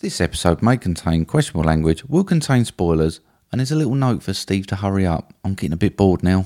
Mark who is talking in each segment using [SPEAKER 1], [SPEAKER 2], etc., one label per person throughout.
[SPEAKER 1] This episode may contain questionable language, will contain spoilers, and there's a little note for Steve to hurry up. I'm getting a bit bored now.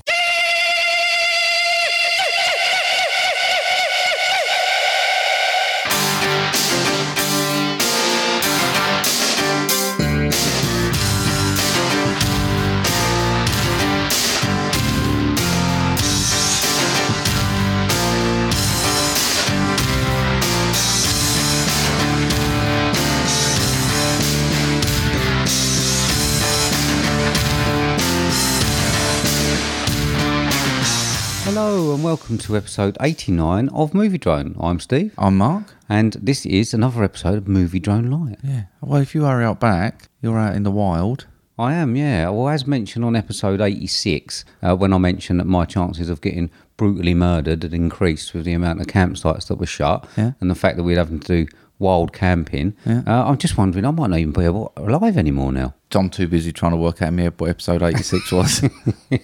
[SPEAKER 2] Hello and welcome to episode 89 of Movie Drone. I'm Steve,
[SPEAKER 1] I'm Mark.
[SPEAKER 2] and this is another episode of Movie Drone Live.
[SPEAKER 1] Yeah. Well, if you hurry up back, you're out in the wild.
[SPEAKER 2] I am, yeah. Well, as mentioned on episode 86, uh, when I mentioned that my chances of getting brutally murdered had increased with the amount of campsites that were shut
[SPEAKER 1] Yeah.
[SPEAKER 2] and the fact that we'd having to do wild camping,
[SPEAKER 1] Yeah.
[SPEAKER 2] uh, I'm just wondering, I might not even be able- alive anymore now.
[SPEAKER 1] I'm too busy trying to work out in my head what episode 86 was.
[SPEAKER 2] the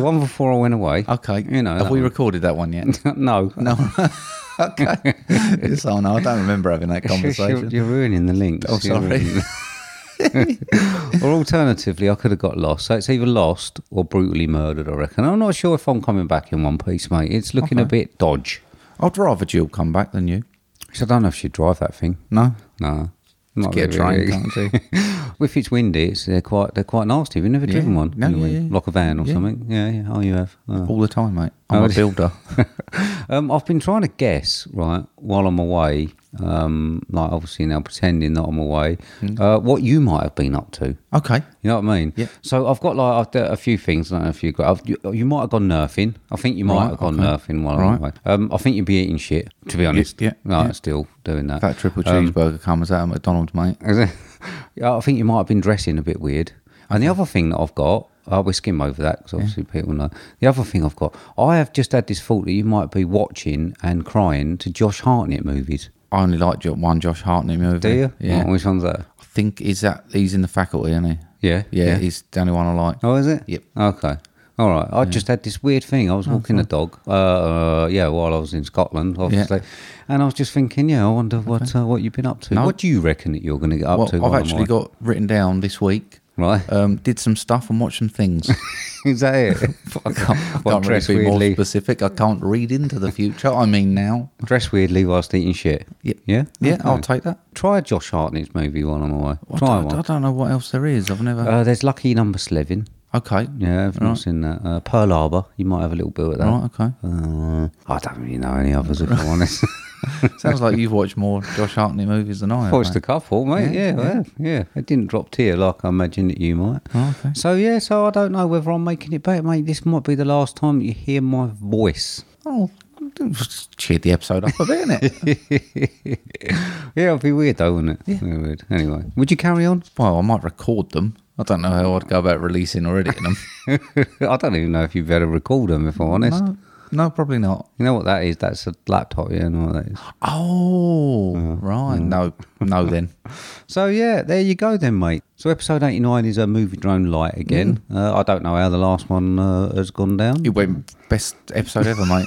[SPEAKER 2] one before I went away.
[SPEAKER 1] okay.
[SPEAKER 2] You know,
[SPEAKER 1] Have
[SPEAKER 2] that
[SPEAKER 1] we
[SPEAKER 2] one.
[SPEAKER 1] recorded that one yet?
[SPEAKER 2] no.
[SPEAKER 1] no. okay. It's on. I don't remember having that
[SPEAKER 2] You're,
[SPEAKER 1] conversation.
[SPEAKER 2] you're ruining the links.
[SPEAKER 1] Oh,
[SPEAKER 2] You're
[SPEAKER 1] sorry.
[SPEAKER 2] ruining- or alternatively, I could have got lost. So it's either lost or brutally murdered, I reckon. I'm not sure if I'm coming back in one piece, mate. It's looking a bit dodge.
[SPEAKER 1] I'd rather Jill come back than you.
[SPEAKER 2] So I don't know if she'd drive that thing.
[SPEAKER 1] No?
[SPEAKER 2] No. Not
[SPEAKER 1] Get a train,
[SPEAKER 2] really.
[SPEAKER 1] can't you?
[SPEAKER 2] if it's windy, it's, they're quite they're quite nasty. Have you never
[SPEAKER 1] Yeah.
[SPEAKER 2] driven one?
[SPEAKER 1] No,
[SPEAKER 2] in the
[SPEAKER 1] yeah,
[SPEAKER 2] wind?
[SPEAKER 1] yeah.
[SPEAKER 2] Like a van or
[SPEAKER 1] Yeah.
[SPEAKER 2] something? Yeah, yeah. Oh, you have. Oh.
[SPEAKER 1] All the time, mate. I'm
[SPEAKER 2] Oh,
[SPEAKER 1] a
[SPEAKER 2] d-
[SPEAKER 1] builder.
[SPEAKER 2] um, I've been trying to guess, right, while I'm away, um, like obviously now pretending that I'm away,
[SPEAKER 1] Hmm.
[SPEAKER 2] uh, what you might have been up to.
[SPEAKER 1] Okay.
[SPEAKER 2] You know what I mean?
[SPEAKER 1] Yeah.
[SPEAKER 2] So I've got like I've done a few things. I don't know if you've got. I've, you, you might have gone nerfing. I think you might
[SPEAKER 1] Right,
[SPEAKER 2] have gone
[SPEAKER 1] okay.
[SPEAKER 2] nerfing while
[SPEAKER 1] Right.
[SPEAKER 2] I'm away. Um, I think you'd be eating shit, to be honest.
[SPEAKER 1] yeah,
[SPEAKER 2] No,
[SPEAKER 1] yeah.
[SPEAKER 2] still doing that.
[SPEAKER 1] That triple
[SPEAKER 2] Um,
[SPEAKER 1] cheeseburger comes out of McDonald's, mate.
[SPEAKER 2] yeah, I think you might have been dressing a bit weird. And the other thing that I've got, uh, we skim over that because obviously people know. The other thing I've got, I have just had this thought that you might be watching and crying to Josh Hartnett movies.
[SPEAKER 1] I only like Jo- one Josh Hartnett movie.
[SPEAKER 2] Do you?
[SPEAKER 1] Yeah.
[SPEAKER 2] Oh, which one's that?
[SPEAKER 1] I think is that he's in the faculty, isn't he?
[SPEAKER 2] Yeah.
[SPEAKER 1] Yeah, he's the only one I like.
[SPEAKER 2] Oh, is it?
[SPEAKER 1] Yep.
[SPEAKER 2] Okay. All right. I just had this weird thing. I
[SPEAKER 1] Oh,
[SPEAKER 2] was walking a dog. Uh, uh, yeah, while I was in Scotland, obviously, and I was just thinking, yeah, I wonder what uh, what you've been up to.
[SPEAKER 1] No.
[SPEAKER 2] What do you reckon that you're going to get up
[SPEAKER 1] well,
[SPEAKER 2] to?
[SPEAKER 1] I've
[SPEAKER 2] while I'm
[SPEAKER 1] actually
[SPEAKER 2] away?
[SPEAKER 1] got written down this week.
[SPEAKER 2] right.
[SPEAKER 1] Um, did some stuff and watched some things.
[SPEAKER 2] Is that it?
[SPEAKER 1] I can't, I
[SPEAKER 2] Well,
[SPEAKER 1] can't really
[SPEAKER 2] dress
[SPEAKER 1] be more
[SPEAKER 2] weirdly.
[SPEAKER 1] specific. I can't read into the future. I mean now.
[SPEAKER 2] Dress weirdly whilst eating shit.
[SPEAKER 1] Yep.
[SPEAKER 2] Yeah.
[SPEAKER 1] Yeah,
[SPEAKER 2] Okay.
[SPEAKER 1] I'll take that.
[SPEAKER 2] try a Josh Hartnett's movie while I'm away.
[SPEAKER 1] I
[SPEAKER 2] try
[SPEAKER 1] don't, I
[SPEAKER 2] one.
[SPEAKER 1] don't know what else there is. I've never.
[SPEAKER 2] Uh, there's Lucky Number Slevin.
[SPEAKER 1] okay.
[SPEAKER 2] Yeah, if you've not seen that. Uh, Pearl Harbor. You might have a little bit of that.
[SPEAKER 1] Right. Okay.
[SPEAKER 2] Uh, I don't really know any others, if I'm honest.
[SPEAKER 1] Sounds like you've watched more Josh Hartnett movies than I have.
[SPEAKER 2] Watched
[SPEAKER 1] mate.
[SPEAKER 2] a couple,
[SPEAKER 1] Yeah,
[SPEAKER 2] mate. Yeah, yeah, I have. yeah. It didn't drop tear like I imagined that you might.
[SPEAKER 1] Oh, okay.
[SPEAKER 2] So yeah, so I don't know whether I'm making it back, mate. This might be the last time you hear my voice.
[SPEAKER 1] Oh, just cheered the episode up a bit, innit?
[SPEAKER 2] Yeah, it'd be weird though, wouldn't it?
[SPEAKER 1] Yeah.
[SPEAKER 2] It'd be weird. Anyway, would you carry on?
[SPEAKER 1] Well, I might record them. I don't know how I'd go about releasing or editing them.
[SPEAKER 2] I don't even know if you'd better record them, if I'm honest.
[SPEAKER 1] no, no, probably not.
[SPEAKER 2] You know what that is? That's a laptop. Yeah, I know what that is.
[SPEAKER 1] Oh, right. No, no, then.
[SPEAKER 2] So yeah, there you go then, mate. So episode 89 is a movie drone light again. Uh, I don't know how the last one uh, has gone down.
[SPEAKER 1] It went best episode ever, mate.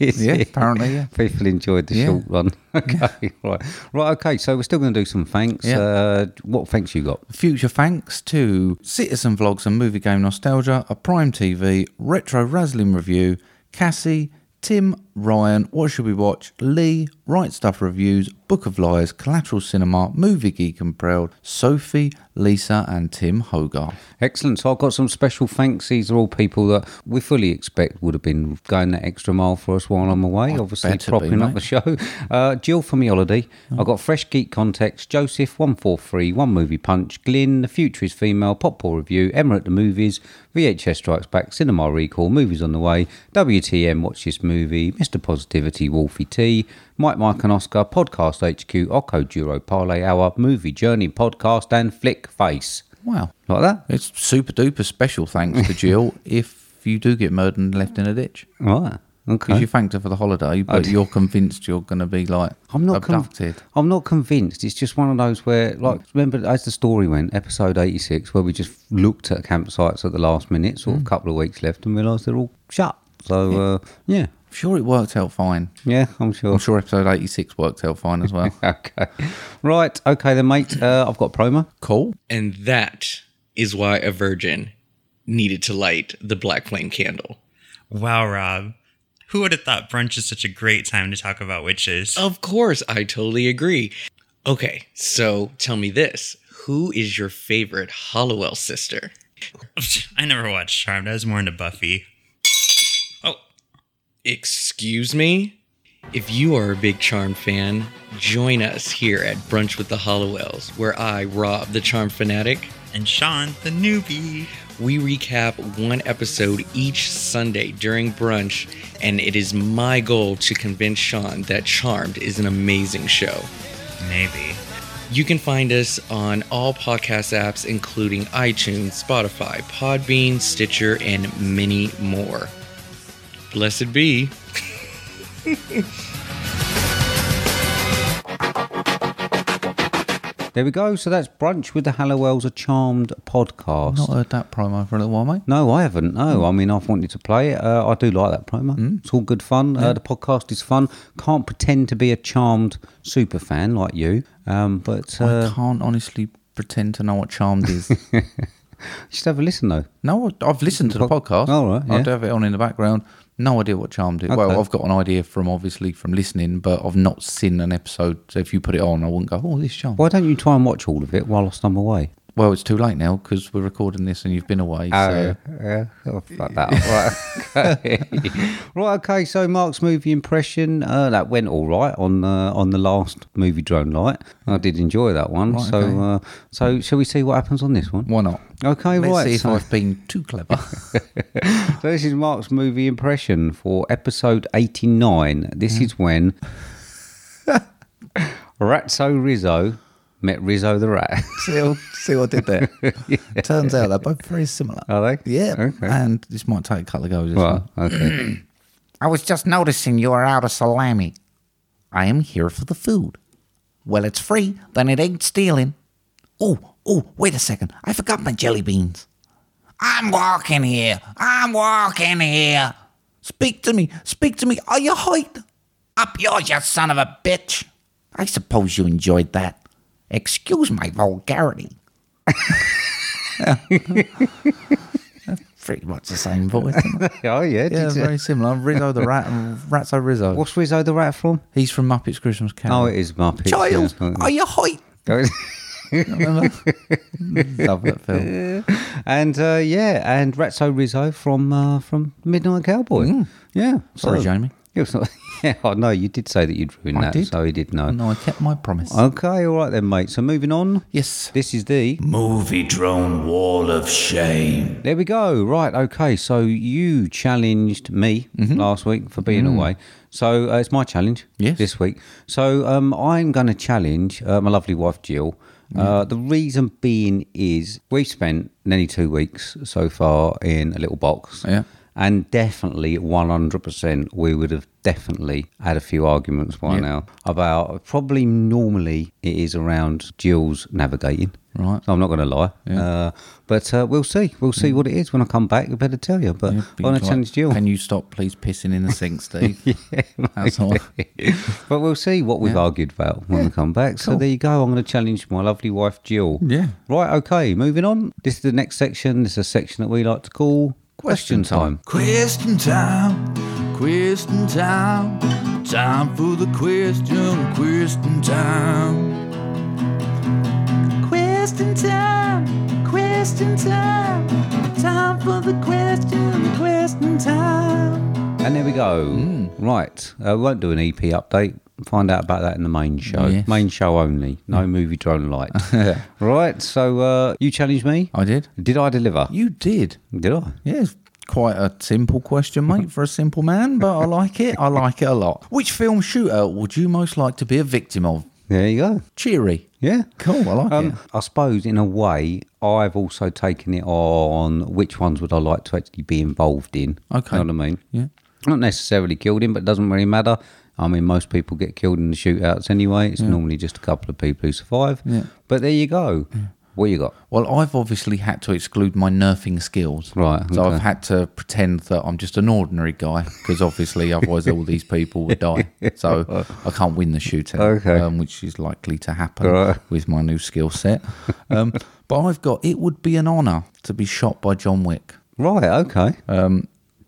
[SPEAKER 2] Is
[SPEAKER 1] yeah,
[SPEAKER 2] it?
[SPEAKER 1] apparently, yeah.
[SPEAKER 2] People enjoyed the
[SPEAKER 1] Yeah.
[SPEAKER 2] short run. Okay, right, right. Okay, so we're still going to do some thanks.
[SPEAKER 1] Yeah.
[SPEAKER 2] Uh, what thanks you got?
[SPEAKER 1] Future thanks to Citizen Vlogs and Movie Game Nostalgia, a Prime TV, Retro Razzling Review, Cassie, Tim, Ryan, What Should We Watch, Lee, Right Stuff Reviews, Book of Liars, Collateral Cinema, Movie Geek and Proud, Sophie, Lisa, and Tim Hogarth.
[SPEAKER 2] Excellent. So I've got some special thanks. These are all people that we fully expect would have been going that extra mile for us while I'm away, obviously
[SPEAKER 1] better be,
[SPEAKER 2] propping
[SPEAKER 1] mate. Mm.
[SPEAKER 2] up the show. Uh, Jill from Eolody. I've got Fresh Geek Context, Joseph, 143, One Movie Punch, Glyn, The Future is Female, Pop Poor Review, Emma at the Movies, VHS Strikes Back, Cinema Recall, Movies on the Way, WTM, Watch This Movie, Mr. Positivity, Wolfie T, Mike, Mike and Oscar, Podcast HQ, Oco Duro, Parlay Hour, Movie Journey Podcast, and Flick Face.
[SPEAKER 1] Wow.
[SPEAKER 2] Like that?
[SPEAKER 1] It's super duper special thanks to Jill if you do get murdered and left in a ditch.
[SPEAKER 2] Right.
[SPEAKER 1] Because
[SPEAKER 2] Okay.
[SPEAKER 1] you thanked her for the holiday, but you're convinced you're going to be like
[SPEAKER 2] I'm not conv-
[SPEAKER 1] abducted.
[SPEAKER 2] I'm not convinced. It's just one of those where, like, remember as the story went, episode 86, where we just looked
[SPEAKER 1] Mm.
[SPEAKER 2] at campsites at the last minute, sort of couple of weeks left, and realised they're all shut. So, uh, yeah.
[SPEAKER 1] sure it worked out fine.
[SPEAKER 2] Yeah, I'm sure.
[SPEAKER 1] I'm sure episode 86 worked out fine as well.
[SPEAKER 2] Okay. Right. Okay, then, mate. Uh, I've got a promo.
[SPEAKER 1] cool.
[SPEAKER 3] And that is why a virgin needed to light the black flame candle.
[SPEAKER 4] Wow, Rob. Who would have thought brunch is such a great time to talk about witches?
[SPEAKER 3] Of course, I totally agree. Okay, so tell me this who is your favorite Hollowell sister?
[SPEAKER 4] I never watched Charmed. I was more into Buffy. Oh,
[SPEAKER 3] Excuse me? If you are a big Charm fan, join us here at Brunch with the Hollowells, where I, Rob, the Charm Fanatic,
[SPEAKER 4] and Sean, the newbie.
[SPEAKER 3] we recap one episode each Sunday during brunch, and it is my goal to convince Sean that Charmed is an amazing show.
[SPEAKER 4] Maybe.
[SPEAKER 3] You can find us on all podcast apps, including iTunes, Spotify, Podbean, Stitcher, and many more. Blessed be.
[SPEAKER 2] There we go. So that's Brunch with the Hallowells, a Charmed podcast.
[SPEAKER 1] Not heard that promo for a little while, mate.
[SPEAKER 2] No, I haven't. No,
[SPEAKER 1] Mm.
[SPEAKER 2] I mean, I've wanted to play it. Uh, I do like that promo. It's all good fun. Uh, the podcast is fun. Can't pretend to be a charmed super fan like you, um, but uh,
[SPEAKER 1] I can't honestly pretend to know what Charmed is.
[SPEAKER 2] you should have a listen though.
[SPEAKER 1] no, I've listened to the
[SPEAKER 2] Pod-
[SPEAKER 1] podcast.
[SPEAKER 2] All Oh, right,
[SPEAKER 1] I do
[SPEAKER 2] yeah.
[SPEAKER 1] have it on in the background. No idea what Charmed is.
[SPEAKER 2] Okay.
[SPEAKER 1] Well, I've got an idea from obviously from listening, but I've not seen an episode. So if you put it on, I wouldn't go, oh, this Charmed.
[SPEAKER 2] Why don't you try and watch all of it whilst I'm away?
[SPEAKER 1] Well, it's too late now because we're recording this and you've been away. so.
[SPEAKER 2] Oh, yeah, I'll fuck that. up. Right, okay. right, okay. So Mark's movie impression uh, that went all right on uh, on the last movie drone light. I did enjoy that one.
[SPEAKER 1] Right,
[SPEAKER 2] so
[SPEAKER 1] okay.
[SPEAKER 2] uh, so shall we see what happens on this one?
[SPEAKER 1] Why not?
[SPEAKER 2] Okay,
[SPEAKER 1] Let's
[SPEAKER 2] right.
[SPEAKER 1] see if
[SPEAKER 2] so-
[SPEAKER 1] I've been too clever.
[SPEAKER 2] so this is Mark's movie impression for episode 89. This is when Ratso Rizzo met Rizzo the rat.
[SPEAKER 1] see, what- see what I did there. Turns out they're both very similar.
[SPEAKER 2] Are they?
[SPEAKER 1] Yeah.
[SPEAKER 2] Okay.
[SPEAKER 1] And this might take a couple of goes. this
[SPEAKER 2] Right,
[SPEAKER 1] one.
[SPEAKER 2] okay.
[SPEAKER 1] I was just noticing you are out of salami. I am here for the food. Well, it's free, then it ain't stealing. Oh, oh, wait a second. I forgot my jelly beans. I'm walking here. I'm walking here. Speak to me. Speak to me. Are you hurt? Up yours, you son of a bitch. I suppose you enjoyed that. Excuse my vulgarity. Pretty much the same voice. isn't it?
[SPEAKER 2] Oh, yeah.
[SPEAKER 1] Yeah,
[SPEAKER 2] did you-
[SPEAKER 1] very similar. I'm Rizzo the Rat and Ratso Rizzo.
[SPEAKER 2] What's Rizzo the rat from?
[SPEAKER 1] He's from Muppets Christmas Carol.
[SPEAKER 2] Oh, it is Muppet.
[SPEAKER 1] Child, are you high? Love that film.
[SPEAKER 2] and uh, yeah, and Ratso Rizzo from uh, from Midnight Cowboy. Yeah.
[SPEAKER 1] Mm. Sorry, Jamie.
[SPEAKER 2] It was not, yeah, I know you did say that you'd ruin
[SPEAKER 1] I
[SPEAKER 2] that,
[SPEAKER 1] did. Mm.
[SPEAKER 2] so he did know.
[SPEAKER 1] No, I kept my promise.
[SPEAKER 2] Okay, all right then, mate. So moving on.
[SPEAKER 1] yes.
[SPEAKER 2] This is the.
[SPEAKER 5] Movie drone wall of shame.
[SPEAKER 2] There we go. Right. Okay. So you challenged me last week for being away. So uh, it's my challenge
[SPEAKER 1] Mm-hmm. Mm. Yes.
[SPEAKER 2] this week. So um, I'm going to challenge uh, my lovely wife, Jill. Uh, the reason being is we've spent nearly two weeks so far in a little box.
[SPEAKER 1] Yeah.
[SPEAKER 2] And definitely 100%, we would have definitely had a few arguments by now about probably normally it is around Jill's navigating.
[SPEAKER 1] Right.
[SPEAKER 2] So I'm not going to lie. Uh, but uh, we'll see. We'll see what it is when I come back. I better tell you. But I'm
[SPEAKER 1] Being
[SPEAKER 2] going to
[SPEAKER 1] polite.
[SPEAKER 2] challenge Jill.
[SPEAKER 1] Can you stop, please, pissing in the sink, Steve? That's all.
[SPEAKER 2] but we'll see what we've argued about when we come back. So there you go. I'm going to challenge my lovely wife, Jill.
[SPEAKER 1] Yeah.
[SPEAKER 2] Right. Okay. Moving on. This is the next section. This is a section that we like to call
[SPEAKER 1] Question
[SPEAKER 2] question, time.
[SPEAKER 5] Question time. Question time. Time for the question. Question time. Question time. Question time. Time for the question. Question time.
[SPEAKER 2] And there we go.
[SPEAKER 1] Mm.
[SPEAKER 2] Right. Uh, we won't do an EP update. Find out about that in the main show.
[SPEAKER 1] Yes. Mm.
[SPEAKER 2] Main show only. No movie drone light. right. So uh, you challenged me.
[SPEAKER 1] I did.
[SPEAKER 2] Did I deliver?
[SPEAKER 1] You did.
[SPEAKER 2] Did I?
[SPEAKER 1] Yeah, it's quite a simple question, mate, for a simple man, but I like it. I like it a lot. Which film shootout would you most like to be a victim of?
[SPEAKER 2] There you go.
[SPEAKER 1] Cheery.
[SPEAKER 2] Yeah.
[SPEAKER 1] Cool, I like
[SPEAKER 2] Um,
[SPEAKER 1] it.
[SPEAKER 2] I suppose in a way, I've also taken it on which ones would I like to actually be involved in.
[SPEAKER 1] Okay.
[SPEAKER 2] You know what I mean?
[SPEAKER 1] Yeah.
[SPEAKER 2] Not necessarily killed in, but it doesn't really matter. I mean, most people get killed in the shootouts anyway. It's normally just a couple of people who survive.
[SPEAKER 1] Yeah.
[SPEAKER 2] But there you go. What you got?
[SPEAKER 1] Well, I've obviously had to exclude my nerfing skills.
[SPEAKER 2] Right,
[SPEAKER 1] So
[SPEAKER 2] okay.
[SPEAKER 1] I've had to pretend that I'm just an ordinary guy because obviously otherwise all these people would die. So I can't win the shooting,
[SPEAKER 2] Okay.
[SPEAKER 1] um, which is likely to happen
[SPEAKER 2] Right.
[SPEAKER 1] with my new skill set. Um, but I've got it would be an honour to be shot by John Wick.
[SPEAKER 2] Right. Okay.
[SPEAKER 1] Uh,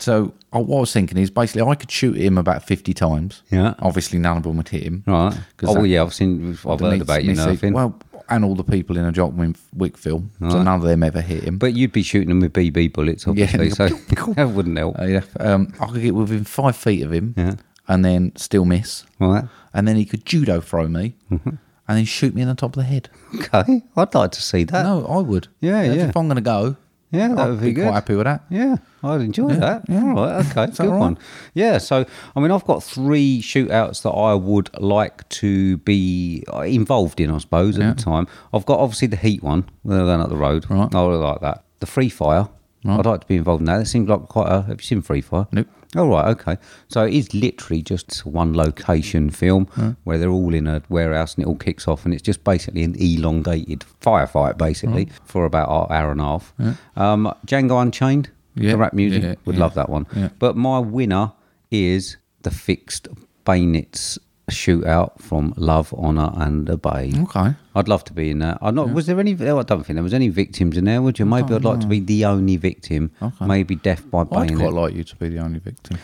[SPEAKER 1] So uh, what I was thinking is basically I could shoot him about 50 times.
[SPEAKER 2] Yeah.
[SPEAKER 1] Obviously none of them would hit him.
[SPEAKER 2] right.
[SPEAKER 1] 'Cause
[SPEAKER 2] Oh
[SPEAKER 1] that-
[SPEAKER 2] well, yeah. I've seen. I've heard
[SPEAKER 1] Meets-
[SPEAKER 2] about you
[SPEAKER 1] meets the-
[SPEAKER 2] nerfing.
[SPEAKER 1] Well, and all the people in a John Win- Wick film. So
[SPEAKER 2] Right.
[SPEAKER 1] none of them ever hit him.
[SPEAKER 2] but you'd be shooting them with BB bullets, obviously. so that wouldn't help.
[SPEAKER 1] Uh, yeah. Um, I could get within five feet of him
[SPEAKER 2] Yeah.
[SPEAKER 1] and then still miss.
[SPEAKER 2] Right.
[SPEAKER 1] And then he could judo throw me
[SPEAKER 2] Mm-hmm.
[SPEAKER 1] and then shoot me in the top of the head.
[SPEAKER 2] Okay. I'd like to see that.
[SPEAKER 1] no, I would.
[SPEAKER 2] yeah,
[SPEAKER 1] That's
[SPEAKER 2] yeah.
[SPEAKER 1] If I'm going to go,
[SPEAKER 2] Yeah, that
[SPEAKER 1] I'd
[SPEAKER 2] would be good.
[SPEAKER 1] quite happy with that.
[SPEAKER 2] Yeah, I'd enjoy that. All right, okay,
[SPEAKER 1] that
[SPEAKER 2] good
[SPEAKER 1] all right?
[SPEAKER 2] one. Yeah, so I mean, I've got three shootouts that I would like to be uh, involved in, I suppose, at the time. I've got obviously the heat one, uh, down at the road.
[SPEAKER 1] Right.
[SPEAKER 2] I would like that. The free fire. I'd like to be involved in that. It seems like quite a. Have you seen Free Fire?
[SPEAKER 1] Nope.
[SPEAKER 2] All right, okay. So it is literally just one location film where they're all in a warehouse and it all kicks off, and it's just basically an elongated firefight, basically, for about an hour and a half. Um, Django Unchained,
[SPEAKER 1] Yeah,
[SPEAKER 2] the rap music,
[SPEAKER 1] yeah,
[SPEAKER 2] would
[SPEAKER 1] yeah,
[SPEAKER 2] love that one.
[SPEAKER 1] yeah.
[SPEAKER 2] But my winner is the fixed bayonets shootout from Love, Honor, and Obey.
[SPEAKER 1] Okay.
[SPEAKER 2] I'd love to be in that. I'm not. Was there any? oh, I don't think there was any victims in there. Would you? Maybe I'd like to be the only victim. Maybe death by
[SPEAKER 1] I'd
[SPEAKER 2] bayonet.
[SPEAKER 1] quite like you to be the only victim.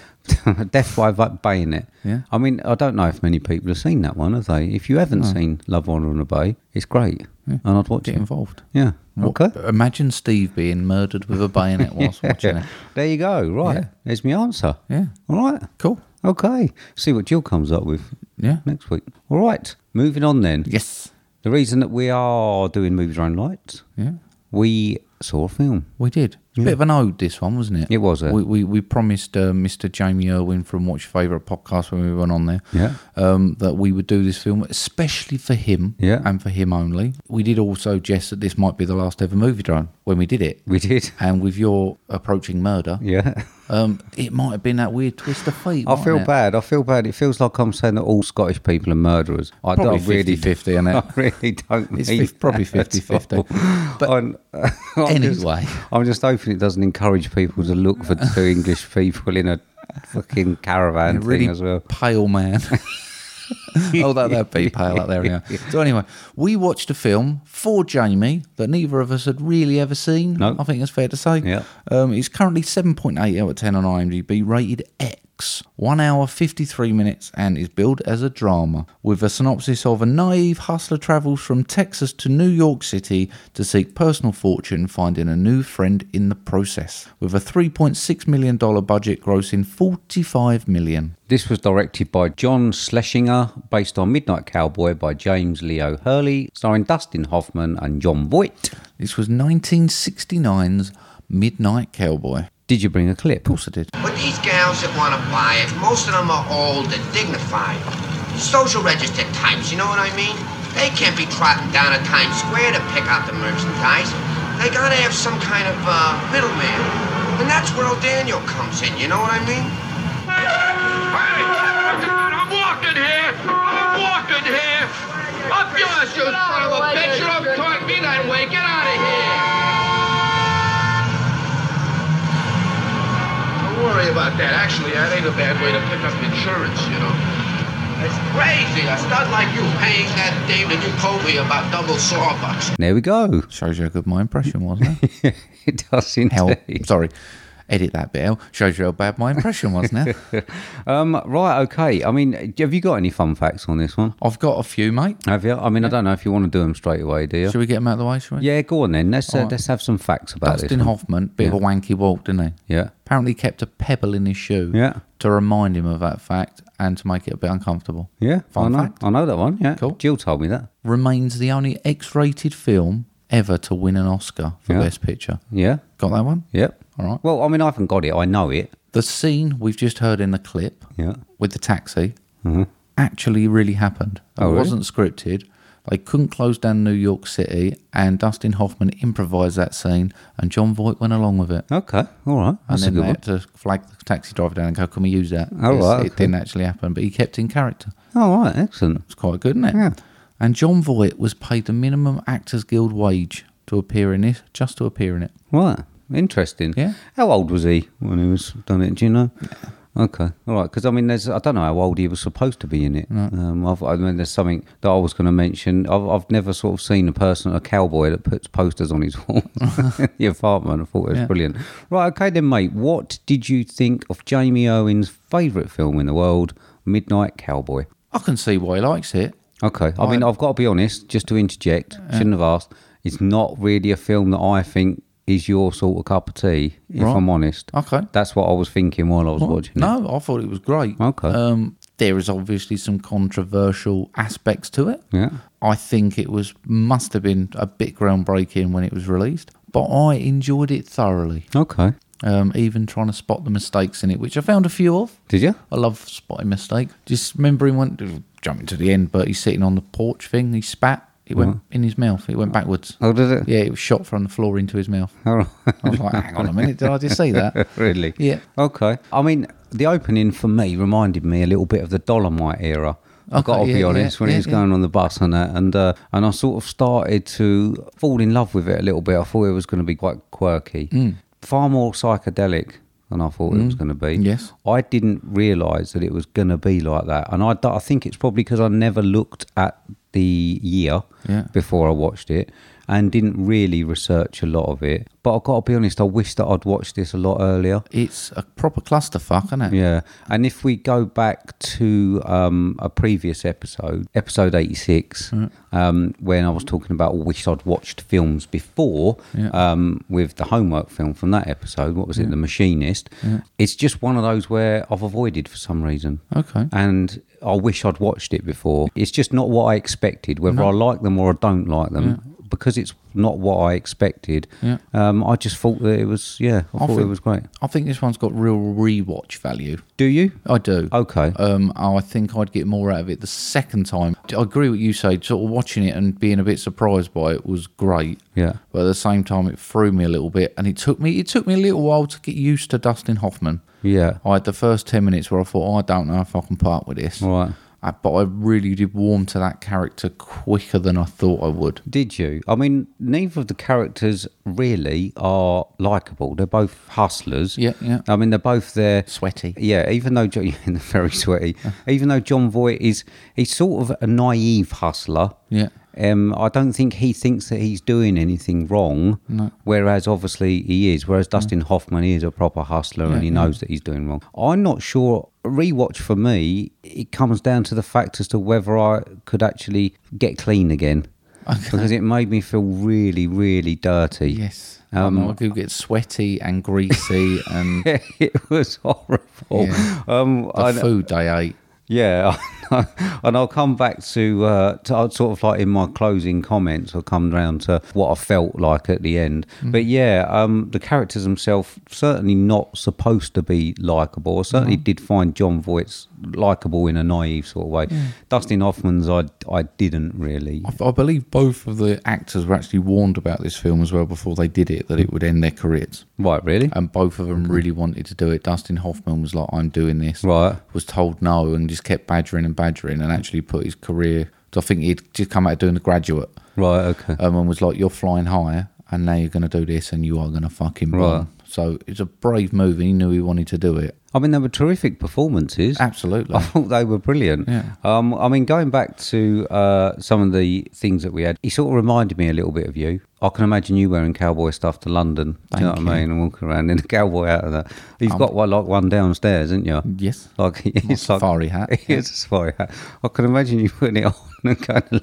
[SPEAKER 2] Death by Va- Bayonet.
[SPEAKER 1] Yeah.
[SPEAKER 2] I mean, I don't know if many people have seen that one, have they? If you haven't seen Love, Honor and Obey, it's great. And I'd watch
[SPEAKER 1] Get
[SPEAKER 2] it.
[SPEAKER 1] involved.
[SPEAKER 2] Yeah.
[SPEAKER 1] What-
[SPEAKER 2] Okay.
[SPEAKER 1] Imagine Steve being murdered with a bayonet whilst watching it.
[SPEAKER 2] There you go. Right.
[SPEAKER 1] Yeah.
[SPEAKER 2] There's my answer.
[SPEAKER 1] Yeah.
[SPEAKER 2] All right.
[SPEAKER 1] Cool.
[SPEAKER 2] Okay. See what Jill comes up with
[SPEAKER 1] Yeah.
[SPEAKER 2] next week. All right. Moving on then.
[SPEAKER 1] Yes.
[SPEAKER 2] The reason that we are doing Movies Own Lights,
[SPEAKER 1] Yeah.
[SPEAKER 2] we saw a film.
[SPEAKER 1] We did. It's a bit of an ode, this one, wasn't it?
[SPEAKER 2] It was a-
[SPEAKER 1] We, we, we promised uh, Mr. Jamie Irwin from Watch Favourite Podcast when we went on there
[SPEAKER 2] Yeah.
[SPEAKER 1] um, that we would do this film, especially for him
[SPEAKER 2] Yeah.
[SPEAKER 1] and for him only. We did also jest that this might be the last ever movie drone when we did it.
[SPEAKER 2] We did.
[SPEAKER 1] And with your approaching murder,
[SPEAKER 2] Mm. Yeah.
[SPEAKER 1] um, it might have been that weird twist of fate.
[SPEAKER 2] I
[SPEAKER 1] mightn't
[SPEAKER 2] feel
[SPEAKER 1] it?
[SPEAKER 2] bad. I feel bad. It feels like I'm saying that all Scottish people are murderers. I
[SPEAKER 1] Probably
[SPEAKER 2] don't really
[SPEAKER 1] 50-50, isn't it?
[SPEAKER 2] I really don't.
[SPEAKER 1] It's
[SPEAKER 2] mean
[SPEAKER 1] fif- probably
[SPEAKER 2] that at
[SPEAKER 1] 50-50.
[SPEAKER 2] all.
[SPEAKER 1] But
[SPEAKER 2] I'm- I'm just-
[SPEAKER 1] anyway.
[SPEAKER 2] I'm just hoping it doesn't encourage people to look for two English people in a fucking caravan
[SPEAKER 1] A really
[SPEAKER 2] thing as well.
[SPEAKER 1] pale man. oh, that, that'd be pale up there. Anyhow. So, anyway, we watched a film for Jamie that neither of us had really ever seen.
[SPEAKER 2] No.
[SPEAKER 1] I think it's fair to say.
[SPEAKER 2] Yeah.
[SPEAKER 1] Um, it's currently 7.8 out of 10 on IMDb, rated X, 1 hour 53 minutes, and is billed as a drama with a synopsis of a naive hustler travels from Texas to New York City to seek personal fortune, finding a new friend in the process. With a $3.6 million budget, grossing $45 million.
[SPEAKER 2] This was directed by John Schlesinger, based on Midnight Cowboy by James Leo Hurley, starring Dustin Hoffman and John Voight.
[SPEAKER 1] This was 1969's Midnight Cowboy. Of
[SPEAKER 2] Did you bring a clip?
[SPEAKER 1] course I did.
[SPEAKER 6] But these gals that want to buy it, most of them are old and dignified. Social register types, you know what I mean? They can't be trotting down to Times Square to pick out the merchandise. They gotta have some kind of uh, middleman. And that's where old Daniel comes in, you know what I mean?
[SPEAKER 7] Hey, I'm walking here. I'm walking here. Up yours, you son of a bitch. You don't talk me that way. Get out of here. Don't worry about that. Actually, that ain't a bad way to pick up insurance, you know.
[SPEAKER 6] It's crazy. A stud like you paying that dame that you told me about double sawbucks.
[SPEAKER 2] There we go.
[SPEAKER 1] Shows you how good my impression was, doesn't it?
[SPEAKER 2] it does indeed.
[SPEAKER 1] How, sorry, edit that bit out. Shows you how bad my impression was now.
[SPEAKER 2] Um, right, okay. I mean, have you got any fun facts on this one?
[SPEAKER 1] I've got a few, mate.
[SPEAKER 2] Have you? I mean, I don't know if you want to do them straight away, do you?
[SPEAKER 1] Should we get them out of the way, shall we?
[SPEAKER 2] Yeah, go on then. Let's uh,
[SPEAKER 1] Alright.
[SPEAKER 2] let's have some facts about
[SPEAKER 1] Dustin
[SPEAKER 2] this. one.
[SPEAKER 1] Hoffman, bit of a wanky walk, didn't he?
[SPEAKER 2] Yeah.
[SPEAKER 1] Apparently he kept a pebble in his shoe
[SPEAKER 2] Yeah.
[SPEAKER 1] to remind him of that fact and to make it a bit uncomfortable.
[SPEAKER 2] Yeah,
[SPEAKER 1] Fun
[SPEAKER 2] I know.
[SPEAKER 1] fact.
[SPEAKER 2] I know that one. Yeah,
[SPEAKER 1] Cool.
[SPEAKER 2] Jill told me that.
[SPEAKER 1] Remains the only X-rated film ever to win an Oscar for
[SPEAKER 2] Yeah.
[SPEAKER 1] Best Picture.
[SPEAKER 2] Yeah.
[SPEAKER 1] Got that one?
[SPEAKER 2] Yep.
[SPEAKER 1] All right.
[SPEAKER 2] Well, I mean, I haven't got it. I know it.
[SPEAKER 1] The scene we've just heard in the clip
[SPEAKER 2] Yeah. Mm-hmm.
[SPEAKER 1] with the taxi actually really happened. it
[SPEAKER 2] Oh, really?
[SPEAKER 1] wasn't scripted. They couldn't close down New York City, and Dustin Hoffman improvised that scene, and John Voight went along with it.
[SPEAKER 2] Okay. All right. That's a
[SPEAKER 1] and then
[SPEAKER 2] good
[SPEAKER 1] they
[SPEAKER 2] one.
[SPEAKER 1] had to flag the taxi driver down and go, "Can we use that?"
[SPEAKER 2] Oh,
[SPEAKER 1] Because
[SPEAKER 2] right,
[SPEAKER 1] It
[SPEAKER 2] okay.
[SPEAKER 1] didn't actually happen, but he kept in character.
[SPEAKER 2] All right. Excellent.
[SPEAKER 1] It's quite good, isn't it?
[SPEAKER 2] Yeah.
[SPEAKER 1] And John Voight was paid the minimum Actors Guild wage to appear in it, just to appear in it.
[SPEAKER 2] Right. Interesting.
[SPEAKER 1] Yeah.
[SPEAKER 2] How old was he when he was done it? Do you know? Okay. All right. Because I mean, there's I don't know how old he was supposed to be in it. Um, I've, I mean, there's something that I was going to mention. I've, I've never sort of seen a person, a cowboy, that puts posters on his walls in the apartment. I thought it was
[SPEAKER 1] Yeah.
[SPEAKER 2] brilliant. Right. Okay, then, mate. What did you think of Jamie Owen's favourite film in the world, Midnight Cowboy?
[SPEAKER 1] I can see why he likes it.
[SPEAKER 2] Okay. I mean, I've got to be honest, just to interject, shouldn't have asked. It's not really a film that I think is your sort of cup of tea, if
[SPEAKER 1] Right.
[SPEAKER 2] I'm honest.
[SPEAKER 1] Okay.
[SPEAKER 2] That's what I was thinking while I was watching it.
[SPEAKER 1] No, I thought it was great.
[SPEAKER 2] Okay.
[SPEAKER 1] Um, there is obviously some controversial aspects to it.
[SPEAKER 2] Yeah.
[SPEAKER 1] I think it was must have been a bit groundbreaking when it was released, but I enjoyed it thoroughly.
[SPEAKER 2] Okay.
[SPEAKER 1] Um, even trying to spot the mistakes in it, which I found a few of.
[SPEAKER 2] Did you?
[SPEAKER 1] I love spotting mistake. Just remembering one jumping to the end, but he's sitting on the porch thing. He spat. It went in his mouth. It went backwards.
[SPEAKER 2] Oh, did it?
[SPEAKER 1] Yeah, it was shot from the floor into his mouth.
[SPEAKER 2] All right.
[SPEAKER 1] I was like, hang on a minute, did I just see that?
[SPEAKER 2] really?
[SPEAKER 1] Yeah.
[SPEAKER 2] Okay. I mean, the opening for me reminded me a little bit of the Dolomite era. I've
[SPEAKER 1] Okay,
[SPEAKER 2] got to
[SPEAKER 1] yeah,
[SPEAKER 2] be
[SPEAKER 1] yeah,
[SPEAKER 2] honest, when
[SPEAKER 1] yeah,
[SPEAKER 2] he was
[SPEAKER 1] yeah.
[SPEAKER 2] going on the bus and that, and uh, and I sort of started to fall in love with it a little bit. I thought it was going to be quite quirky,
[SPEAKER 1] Mm.
[SPEAKER 2] far more psychedelic than I thought it was going to be.
[SPEAKER 1] Yes.
[SPEAKER 2] I didn't realise that it was going to be like that, and I, d- I think it's probably because I never looked at the year
[SPEAKER 1] Yeah.
[SPEAKER 2] before I watched it and didn't really research a lot of it. But I've got to be honest, I wish that I'd watched this a lot earlier.
[SPEAKER 1] It's a proper clusterfuck, isn't it?
[SPEAKER 2] Yeah. And if we go back to um, a previous episode, episode 86,
[SPEAKER 1] Mm-hmm.
[SPEAKER 2] um, when I was talking about wish I'd watched films before um, with the homework film from that episode, what was it, The Machinist? It's just one of those where I've avoided for some reason.
[SPEAKER 1] Okay.
[SPEAKER 2] And I wish I'd watched it before. It's just not what I expected, whether I like them or I don't like them. Because it's not what I expected,
[SPEAKER 1] Yeah.
[SPEAKER 2] um, I just thought that it was, yeah, I, thought it
[SPEAKER 1] think-
[SPEAKER 2] was great.
[SPEAKER 1] I think this one's got real rewatch value.
[SPEAKER 2] Do you?
[SPEAKER 1] I do.
[SPEAKER 2] Okay.
[SPEAKER 1] Um, I think I'd get more out of it the second time. I agree with you say. Sort of watching it and being a bit surprised by it was great.
[SPEAKER 2] Yeah.
[SPEAKER 1] But at the same time, it threw me a little bit, and it took me it took me a little while to get used to Dustin Hoffman.
[SPEAKER 2] Yeah.
[SPEAKER 1] I had the first ten minutes where I thought, oh, I don't know if I can part with this.
[SPEAKER 2] Right.
[SPEAKER 1] Uh, but I really did warm to that character quicker than I thought I would.
[SPEAKER 2] Did you? I mean, neither of the characters really are likable. They're both hustlers.
[SPEAKER 1] Yeah, yeah.
[SPEAKER 2] I mean, they're both there.
[SPEAKER 1] Sweaty.
[SPEAKER 2] Yeah, even though John, very sweaty. Even though John Voight is, he's sort of a naive hustler.
[SPEAKER 1] Yeah.
[SPEAKER 2] Um, I don't think he thinks that he's doing anything wrong. No. Whereas obviously he is. Whereas Dustin Hoffman is a proper hustler and he knows that he's doing wrong. I'm not sure. A Rewatch for me, it comes down to the fact as to whether I could actually get clean again. Because it made me feel really, really dirty.
[SPEAKER 1] Yes. Um, I do get sweaty and greasy and the
[SPEAKER 2] it was horrible.
[SPEAKER 1] Yeah.
[SPEAKER 2] Um, I,
[SPEAKER 1] food they ate.
[SPEAKER 2] Yeah, and I'll come back to, uh, to I'll sort of like in my closing comments. I'll come round to what I felt like at the end. But yeah, um, the characters themselves certainly not supposed to be likable. I certainly did find John Voight's likable in a naive sort of way. Dustin Hoffman's, I I didn't really.
[SPEAKER 1] I believe both of the actors were actually warned about this film as well before they did it that it would end their careers.
[SPEAKER 2] Right, really?
[SPEAKER 1] And both of them really wanted to do it. Dustin Hoffman was like, I'm doing this.
[SPEAKER 2] Right.
[SPEAKER 1] Was told no and just kept badgering and badgering and actually put his career. So I think he'd just come out doing the graduate
[SPEAKER 2] Right, okay.
[SPEAKER 1] um, and was like, You're flying higher and now you're going to do this and you are going to fucking bomb.
[SPEAKER 2] Right.
[SPEAKER 1] So it's a brave move and he knew he wanted to do it.
[SPEAKER 2] I mean, they were terrific performances.
[SPEAKER 1] Absolutely.
[SPEAKER 2] I thought they were brilliant.
[SPEAKER 1] Yeah.
[SPEAKER 2] Um, I mean, going back to uh, some of the things that we had, he sort of reminded me a little bit of you. I can imagine you wearing cowboy stuff to London. Do you know
[SPEAKER 1] Thank
[SPEAKER 2] what I
[SPEAKER 1] you. Um,
[SPEAKER 2] mean? And walking around in a cowboy out of that. You've got one like one downstairs, haven't you?
[SPEAKER 1] Yes.
[SPEAKER 2] Like it's like
[SPEAKER 1] safari hat, yeah.
[SPEAKER 2] It's a safari hat. I can imagine you putting it on and going to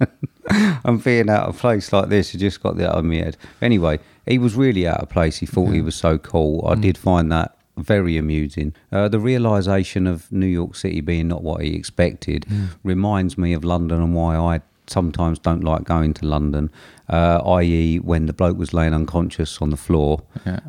[SPEAKER 2] London and being out of place like this. You just got that on my head. Anyway, he was really out of place. He thought he was so cool.
[SPEAKER 1] Mm.
[SPEAKER 2] I did find that very amusing. Uh, the realization of New York City being not what he expected reminds me of London and why I sometimes don't like going to London, uh, i.e., when the bloke was laying unconscious on the floor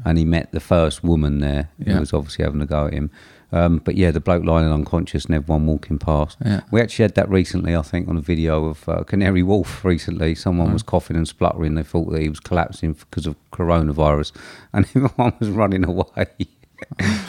[SPEAKER 2] and he met the first woman there who
[SPEAKER 1] Yeah.
[SPEAKER 2] was obviously having a go at him. Um, but yeah, the bloke lying unconscious and everyone walking past.
[SPEAKER 1] Yeah.
[SPEAKER 2] We actually had that recently, I think, on a video of uh, Canary Wolf recently. Someone
[SPEAKER 1] Mm.
[SPEAKER 2] was coughing and spluttering. They thought that he was collapsing because of coronavirus and everyone was running away.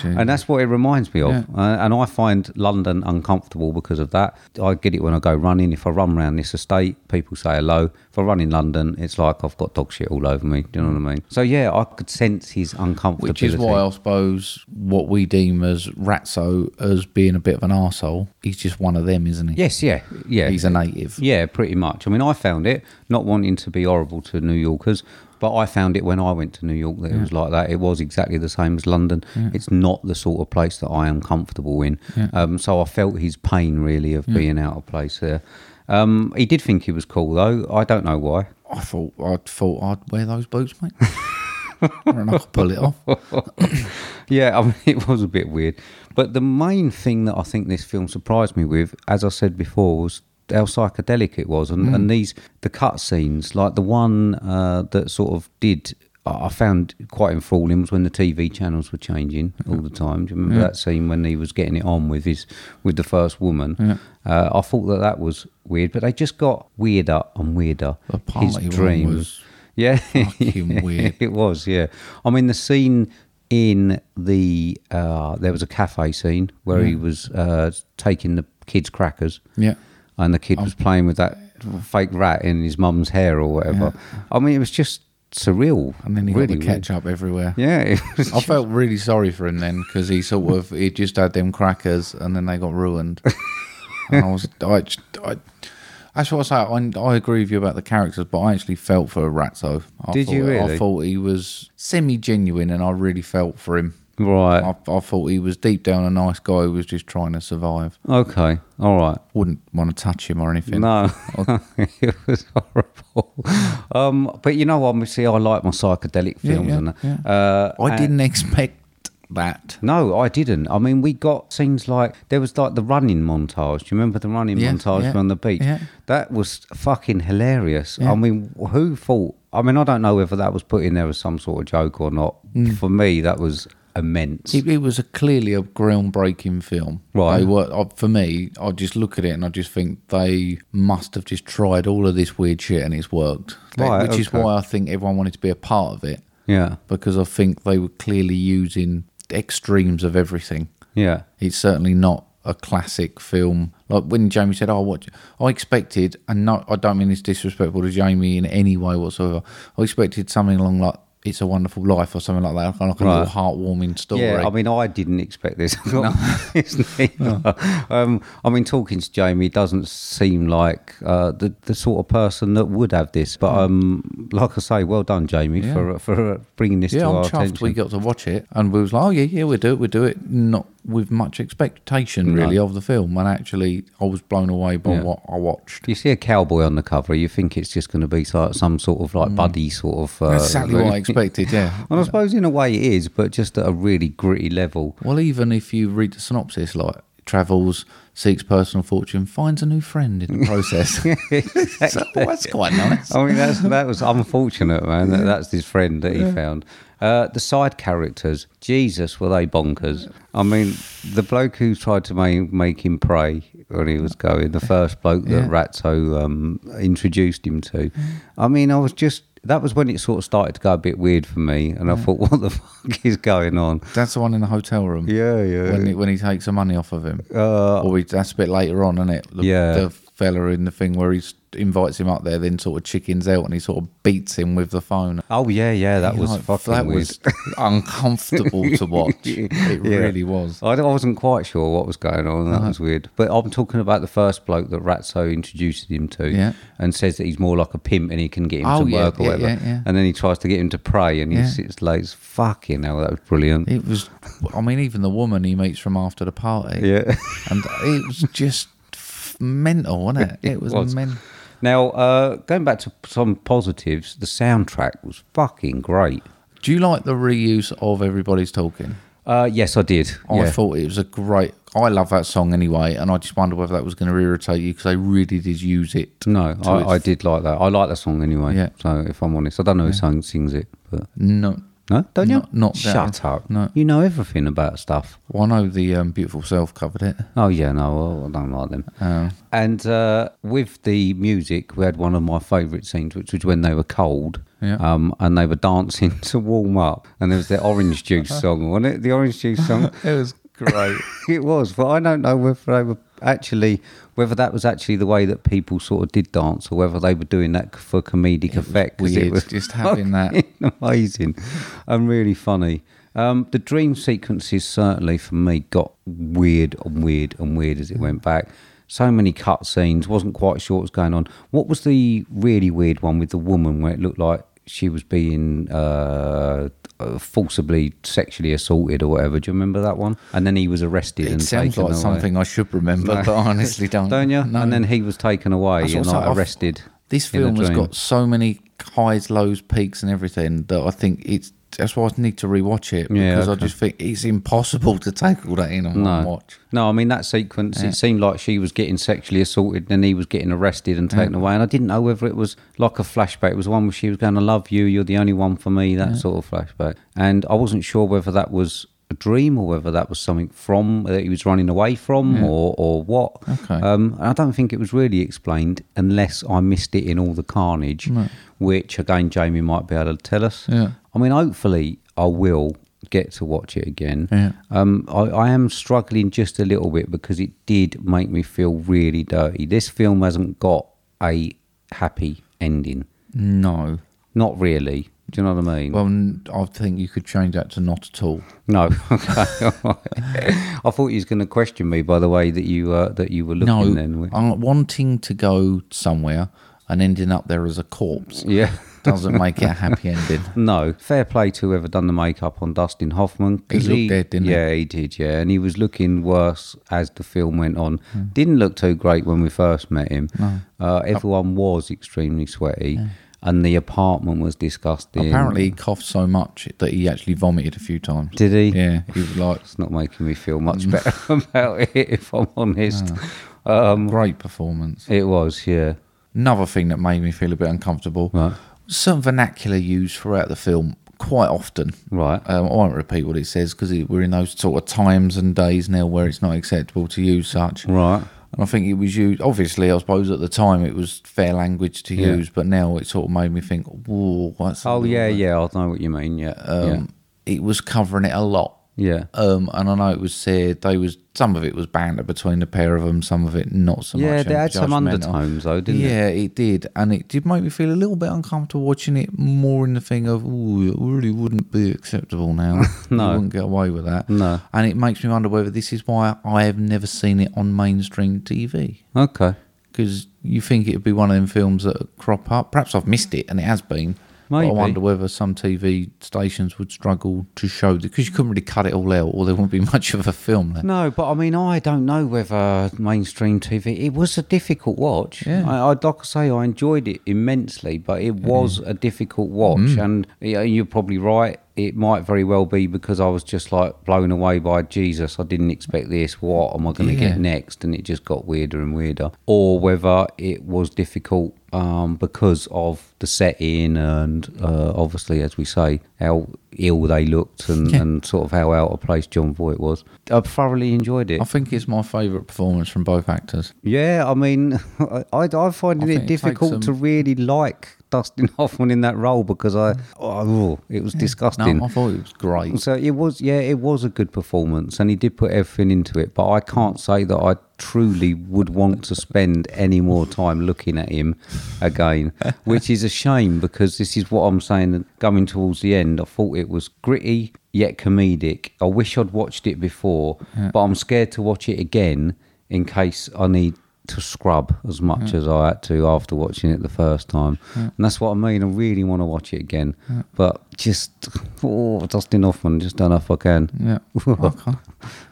[SPEAKER 2] and that's what it reminds me of.
[SPEAKER 1] Yeah.
[SPEAKER 2] Uh, and I find London uncomfortable because of that. I get it when I go running. If I run around this estate, people say hello. If I run in London, it's like I've got dog shit all over me. Do you know what I mean? So yeah, I could sense his uncomfortability.
[SPEAKER 1] Which is why I suppose what we deem as Ratso as being a bit of an arsehole. He's just one of them, isn't he?
[SPEAKER 2] Yes, yeah, yeah.
[SPEAKER 1] He's a native.
[SPEAKER 2] Yeah, pretty much. I mean, I found it not wanting to be horrible to New Yorkers, but I found it when I went to New York that it was like that. It was exactly the same as London. It's not the sort of place that I am comfortable in. Um, so I felt his pain really of being out of place there. Um, he did think he was cool though. I don't know why.
[SPEAKER 1] I thought I thought I'd wear those boots, mate. and I could pull it off.
[SPEAKER 2] Yeah, I mean, it was a bit weird. But the main thing that I think this film surprised me with, as I said before, was how psychedelic it was, and,
[SPEAKER 1] Mm.
[SPEAKER 2] and these the cut scenes, like the one uh, that sort of did. I I found quite enthralling was when the TV channels were changing all the time. Do you remember that scene when he was getting it on with his with the first woman? Uh, I thought that that was weird, but they just got weirder and weirder.
[SPEAKER 1] The party
[SPEAKER 2] his
[SPEAKER 1] one
[SPEAKER 2] dreams,
[SPEAKER 1] was
[SPEAKER 2] yeah,
[SPEAKER 1] fucking weird.
[SPEAKER 2] it was, yeah. I mean, the scene in the uh, there was a cafe scene where he was uh, taking the kids crackers,
[SPEAKER 1] Yeah. Oh.
[SPEAKER 2] and the kid was playing with that fake rat in his mum's hair or whatever. I mean, it was just surreal.
[SPEAKER 1] And then he
[SPEAKER 2] really
[SPEAKER 1] got the ketchup Oh. everywhere.
[SPEAKER 2] weird. Yeah, it was
[SPEAKER 1] I felt really sorry for him then because he sort of he just had them crackers and then they got ruined. and I was I, just- I that's what I say. I, I agree with you about the characters, but I actually felt for Ratso. I
[SPEAKER 2] Did
[SPEAKER 1] thought,
[SPEAKER 2] you really?
[SPEAKER 1] I thought he was semi genuine, and I really felt for him.
[SPEAKER 2] right.
[SPEAKER 1] I, I thought he was deep down a nice guy who was just trying to survive.
[SPEAKER 2] Okay, all right.
[SPEAKER 1] Wouldn't want to touch him or anything.
[SPEAKER 2] No, it was horrible. Um, but you know, obviously, I like my psychedelic
[SPEAKER 1] Yeah,
[SPEAKER 2] films
[SPEAKER 1] yeah,
[SPEAKER 2] and that.
[SPEAKER 1] yeah.
[SPEAKER 2] Uh,
[SPEAKER 1] I didn't expect that.
[SPEAKER 2] No, I didn't. I mean, we got scenes like there was like the running montage. Do you remember the running
[SPEAKER 1] Yeah,
[SPEAKER 2] montage
[SPEAKER 1] yeah,
[SPEAKER 2] on the beach?
[SPEAKER 1] yeah.
[SPEAKER 2] That was fucking hilarious. I mean, who thought? I mean, I don't know whether that was put in there as some sort of joke or not.
[SPEAKER 1] Mm.
[SPEAKER 2] For me, that was immense.
[SPEAKER 1] It, it was a clearly a groundbreaking film.
[SPEAKER 2] Right.
[SPEAKER 1] They were, I, for me, I just look at it and I just think they must have just tried all of this weird shit and it's worked. They-
[SPEAKER 2] Right,
[SPEAKER 1] which is
[SPEAKER 2] okay.
[SPEAKER 1] why I think everyone wanted to be a part of it
[SPEAKER 2] yeah,
[SPEAKER 1] because I think they were clearly using extremes of everything.
[SPEAKER 2] yeah,
[SPEAKER 1] It's certainly not a classic film. Like when Jamie said, "Oh, what?" I expected, and no, I don't mean this disrespectful to Jamie in any way whatsoever. I expected something along like "It's a Wonderful Life" or something like that, like a
[SPEAKER 2] Right.
[SPEAKER 1] little heartwarming story.
[SPEAKER 2] yeah. I mean, I didn't expect this. It's neither.
[SPEAKER 1] Oh.
[SPEAKER 2] um, I mean, talking to Jamie doesn't seem like uh, the the sort of person that would have this. But um, like I say, well done, Jamie,
[SPEAKER 1] Mm. Yeah.
[SPEAKER 2] for for uh, bringing this
[SPEAKER 1] Yeah,
[SPEAKER 2] to
[SPEAKER 1] I'm
[SPEAKER 2] our
[SPEAKER 1] chuffed
[SPEAKER 2] attention.
[SPEAKER 1] we got to watch it, and we was like, oh yeah, yeah, we'll do it, we'll do it, not with much expectation really of the film, and actually, I was blown away by
[SPEAKER 2] Yeah.
[SPEAKER 1] what I watched.
[SPEAKER 2] You see a cowboy on the cover, you think it's just going to be so- some sort of like buddy sort of. Uh,
[SPEAKER 1] Hmm. That's exactly what I expected. Yeah.
[SPEAKER 2] And I suppose in a way it is, but just at a really gritty level.
[SPEAKER 1] Well, even if you read the synopsis, like travels, seeks personal fortune, finds a new friend in the process. so, that's quite nice.
[SPEAKER 2] I mean, that's, that was unfortunate, man. That, that's his friend that he found. Uh, the side characters, Jesus, were they bonkers? I mean, the bloke who tried to make, make him pray when he was going, the first bloke that
[SPEAKER 1] Yeah.
[SPEAKER 2] Ratso um, introduced him to. I mean, I was just. That was when it sort of started to go a bit weird for me, and I thought, "What the fuck is going on?"
[SPEAKER 1] That's the one in the hotel room.
[SPEAKER 2] Yeah, yeah.
[SPEAKER 1] When he, when he takes the money off of him, or he, that's a bit later on, isn't it? The,
[SPEAKER 2] Yeah.
[SPEAKER 1] The fella in the thing where he s- invites him up there, then sort of chickens out, and he sort of beats him with the phone.
[SPEAKER 2] Oh yeah, yeah, that was
[SPEAKER 1] Like,
[SPEAKER 2] fucking
[SPEAKER 1] that
[SPEAKER 2] weird.
[SPEAKER 1] was uncomfortable to watch. It
[SPEAKER 2] Yeah.
[SPEAKER 1] really was.
[SPEAKER 2] I d- I wasn't quite sure what was going on. That was weird. But I'm talking about the first bloke that Ratso introduces him to,
[SPEAKER 1] Yeah.
[SPEAKER 2] and says that he's more like a pimp and he can get him
[SPEAKER 1] Oh,
[SPEAKER 2] to
[SPEAKER 1] yeah,
[SPEAKER 2] work or
[SPEAKER 1] yeah,
[SPEAKER 2] whatever.
[SPEAKER 1] yeah, yeah.
[SPEAKER 2] And then he tries to get him to pray, and he
[SPEAKER 1] Yeah.
[SPEAKER 2] sits like, "Fucking hell, that was brilliant."
[SPEAKER 1] It was. I mean, even the woman he meets from after the party.
[SPEAKER 2] yeah.
[SPEAKER 1] and it was just f- mental, wasn't it? It was,
[SPEAKER 2] was.
[SPEAKER 1] mental.
[SPEAKER 2] now uh, going back to p- some positives, the soundtrack was fucking great.
[SPEAKER 1] Do you like the reuse of Everybody's Talking?
[SPEAKER 2] Uh, yes, I did.
[SPEAKER 1] Oh, I
[SPEAKER 2] yeah.
[SPEAKER 1] thought it was a great. I love that song anyway, and I just wonder whether that was going to irritate you because they really did use it.
[SPEAKER 2] no,
[SPEAKER 1] to
[SPEAKER 2] I, I
[SPEAKER 1] its-
[SPEAKER 2] did like that. I like that song anyway.
[SPEAKER 1] Yeah.
[SPEAKER 2] So if I'm honest, I don't know who sung, sings it, but
[SPEAKER 1] No,
[SPEAKER 2] No, don't you?
[SPEAKER 1] Not- not that
[SPEAKER 2] Shut
[SPEAKER 1] one.
[SPEAKER 2] up.
[SPEAKER 1] No.
[SPEAKER 2] You know everything about stuff.
[SPEAKER 1] well, I know the um, beautiful self covered it.
[SPEAKER 2] Oh, yeah, no, well, I don't like them.
[SPEAKER 1] Um.
[SPEAKER 2] And uh, with the music, we had one of my favourite scenes, which was when they were cold
[SPEAKER 1] Yeah.
[SPEAKER 2] Um, and they were dancing to warm up, and there was their orange juice song on it. The orange juice song.
[SPEAKER 1] It was great.
[SPEAKER 2] it was, but I don't know whether they were actually whether that was actually the way that people sort of did dance, or whether they were doing that for comedic effect. 'cause
[SPEAKER 1] weird, just having that.
[SPEAKER 2] fucking amazing and really funny. Um, the dream sequences certainly for me got weird and weird and weird as it
[SPEAKER 1] Mm.
[SPEAKER 2] went back. So many cut scenes, wasn't quite sure what was going on. What was the really weird one with the woman where it looked like she was being uh, uh, forcibly sexually assaulted or whatever? Do you remember that one? And then he was arrested
[SPEAKER 1] it
[SPEAKER 2] and
[SPEAKER 1] sounds
[SPEAKER 2] taken
[SPEAKER 1] like
[SPEAKER 2] away.
[SPEAKER 1] something I should remember, but I honestly don't.
[SPEAKER 2] Don't you?
[SPEAKER 1] No.
[SPEAKER 2] And then he was taken away
[SPEAKER 1] That's what
[SPEAKER 2] and
[SPEAKER 1] I'm
[SPEAKER 2] like,
[SPEAKER 1] saying. I've-
[SPEAKER 2] arrested.
[SPEAKER 1] This
[SPEAKER 2] in a
[SPEAKER 1] film has
[SPEAKER 2] dream.
[SPEAKER 1] got so many highs, lows, peaks, and everything that I think it's that's why I need to rewatch it
[SPEAKER 2] Yeah,
[SPEAKER 1] because I
[SPEAKER 2] okay.
[SPEAKER 1] just think it's impossible to take all that in on one watch.
[SPEAKER 2] No, I mean that sequence. It seemed like she was getting sexually assaulted, and he was getting arrested and taken away. And I didn't know whether it was like a flashback. It was one where she was going to love you. You're the only one for me. That sort of flashback. And I wasn't sure whether that was a dream or whether that was something from that he was running away from or or what.
[SPEAKER 1] Okay.
[SPEAKER 2] Um, and I don't think it was really explained unless I missed it in all the carnage, which again Jamie might be able to tell us.
[SPEAKER 1] Yeah.
[SPEAKER 2] I mean, hopefully I will get to watch it again.
[SPEAKER 1] Yeah.
[SPEAKER 2] Um, I, I am struggling just a little bit because it did make me feel really dirty. This film hasn't got a happy ending.
[SPEAKER 1] No,
[SPEAKER 2] Not really. Do you know what I mean?
[SPEAKER 1] well, n- I think you could change that to not at all.
[SPEAKER 2] no. Okay. all right. I thought you was going to question me by the way that you uh, that you were
[SPEAKER 1] No,
[SPEAKER 2] looking then. with-
[SPEAKER 1] I'm wanting to go somewhere and ending up there as a corpse
[SPEAKER 2] Yeah.
[SPEAKER 1] doesn't make it a happy ending.
[SPEAKER 2] No, fair play to whoever done the makeup on Dustin Hoffman. 'cause
[SPEAKER 1] He looked dead, didn't he?
[SPEAKER 2] Yeah, he did. Yeah, and he was looking worse as the film went on.
[SPEAKER 1] Hmm.
[SPEAKER 2] Didn't look too great when we first met him. Uh, everyone was extremely sweaty, and the apartment was disgusting.
[SPEAKER 1] Apparently, he coughed so much that he actually vomited a few times.
[SPEAKER 2] did he?
[SPEAKER 1] Yeah, Mm. he was like
[SPEAKER 2] it's not making me feel much better about it, if I'm honest. Um,
[SPEAKER 1] great performance.
[SPEAKER 2] it was, yeah.
[SPEAKER 1] Another thing that made me feel a bit uncomfortable.
[SPEAKER 2] Right.
[SPEAKER 1] Some vernacular used throughout the film quite often.
[SPEAKER 2] Right.
[SPEAKER 1] Um, I won't repeat what it says because we're in those sort of times and days now where it's not acceptable to use such.
[SPEAKER 2] Right.
[SPEAKER 1] And I think it was used, obviously, I suppose at the time it was fair language to
[SPEAKER 2] Yeah.
[SPEAKER 1] use, but now it sort of made me think, whoa, what's
[SPEAKER 2] Oh yeah, yeah. I know what you mean. Yeah.
[SPEAKER 1] Um, It was covering it a lot.
[SPEAKER 2] yeah. Yeah.
[SPEAKER 1] Um, and I know it was said they was some of it was banter between the pair of them, some of it not so much.
[SPEAKER 2] Yeah, they
[SPEAKER 1] and
[SPEAKER 2] had some
[SPEAKER 1] judgmental.
[SPEAKER 2] undertones though, didn't they?
[SPEAKER 1] yeah, it? did, and it did make me feel a little bit uncomfortable watching it. More in the thing of, oh, it really wouldn't be acceptable now.
[SPEAKER 2] No.
[SPEAKER 1] you wouldn't get away with that.
[SPEAKER 2] No.
[SPEAKER 1] and it makes me wonder whether this is why I have never seen it on mainstream TV.
[SPEAKER 2] Okay.
[SPEAKER 1] Because you think it would be one of them films that crop up. Perhaps I've missed it, and it has been. But
[SPEAKER 2] Maybe.
[SPEAKER 1] I wonder whether some TV stations would struggle to show because you couldn't really cut it all out, or there wouldn't be much of a film there.
[SPEAKER 2] No, but I mean, I don't know whether mainstream TV. It was a difficult watch.
[SPEAKER 1] Yeah. Mm.
[SPEAKER 2] I, I like I say, I enjoyed it immensely, but it was a difficult watch, and you know, you're probably right. It might very well be because I was just like blown away by Jesus. I didn't expect this. What am I going to
[SPEAKER 1] Yeah.
[SPEAKER 2] get next? And it just got weirder and weirder. Or whether it was difficult um, because of the setting and uh, obviously, as we say, how ill they looked and, and sort of how out of place John Voight was. I thoroughly enjoyed it.
[SPEAKER 1] I think it's my favourite performance from both actors.
[SPEAKER 2] Yeah, I mean, I, I find
[SPEAKER 1] I think it
[SPEAKER 2] it
[SPEAKER 1] takes
[SPEAKER 2] difficult to
[SPEAKER 1] some-
[SPEAKER 2] really like Dustin Hoffman in that role because I, oh, it was disgusting.
[SPEAKER 1] Mm. No, I thought it was great.
[SPEAKER 2] So it was, yeah, it was a good performance, and he did put everything into it. But I can't say that I truly would want to spend any more time looking at him again, which is a shame because this is what I'm saying. that Going towards the end, I thought it was gritty yet comedic. I wish I'd watched it before, but I'm scared to watch it again in case I need. To scrub as much as I had to after watching it the first time, and that's what I mean. I really want to watch it again, but just oh, Dustin Hoffman, just done if I can.
[SPEAKER 1] Yeah. okay.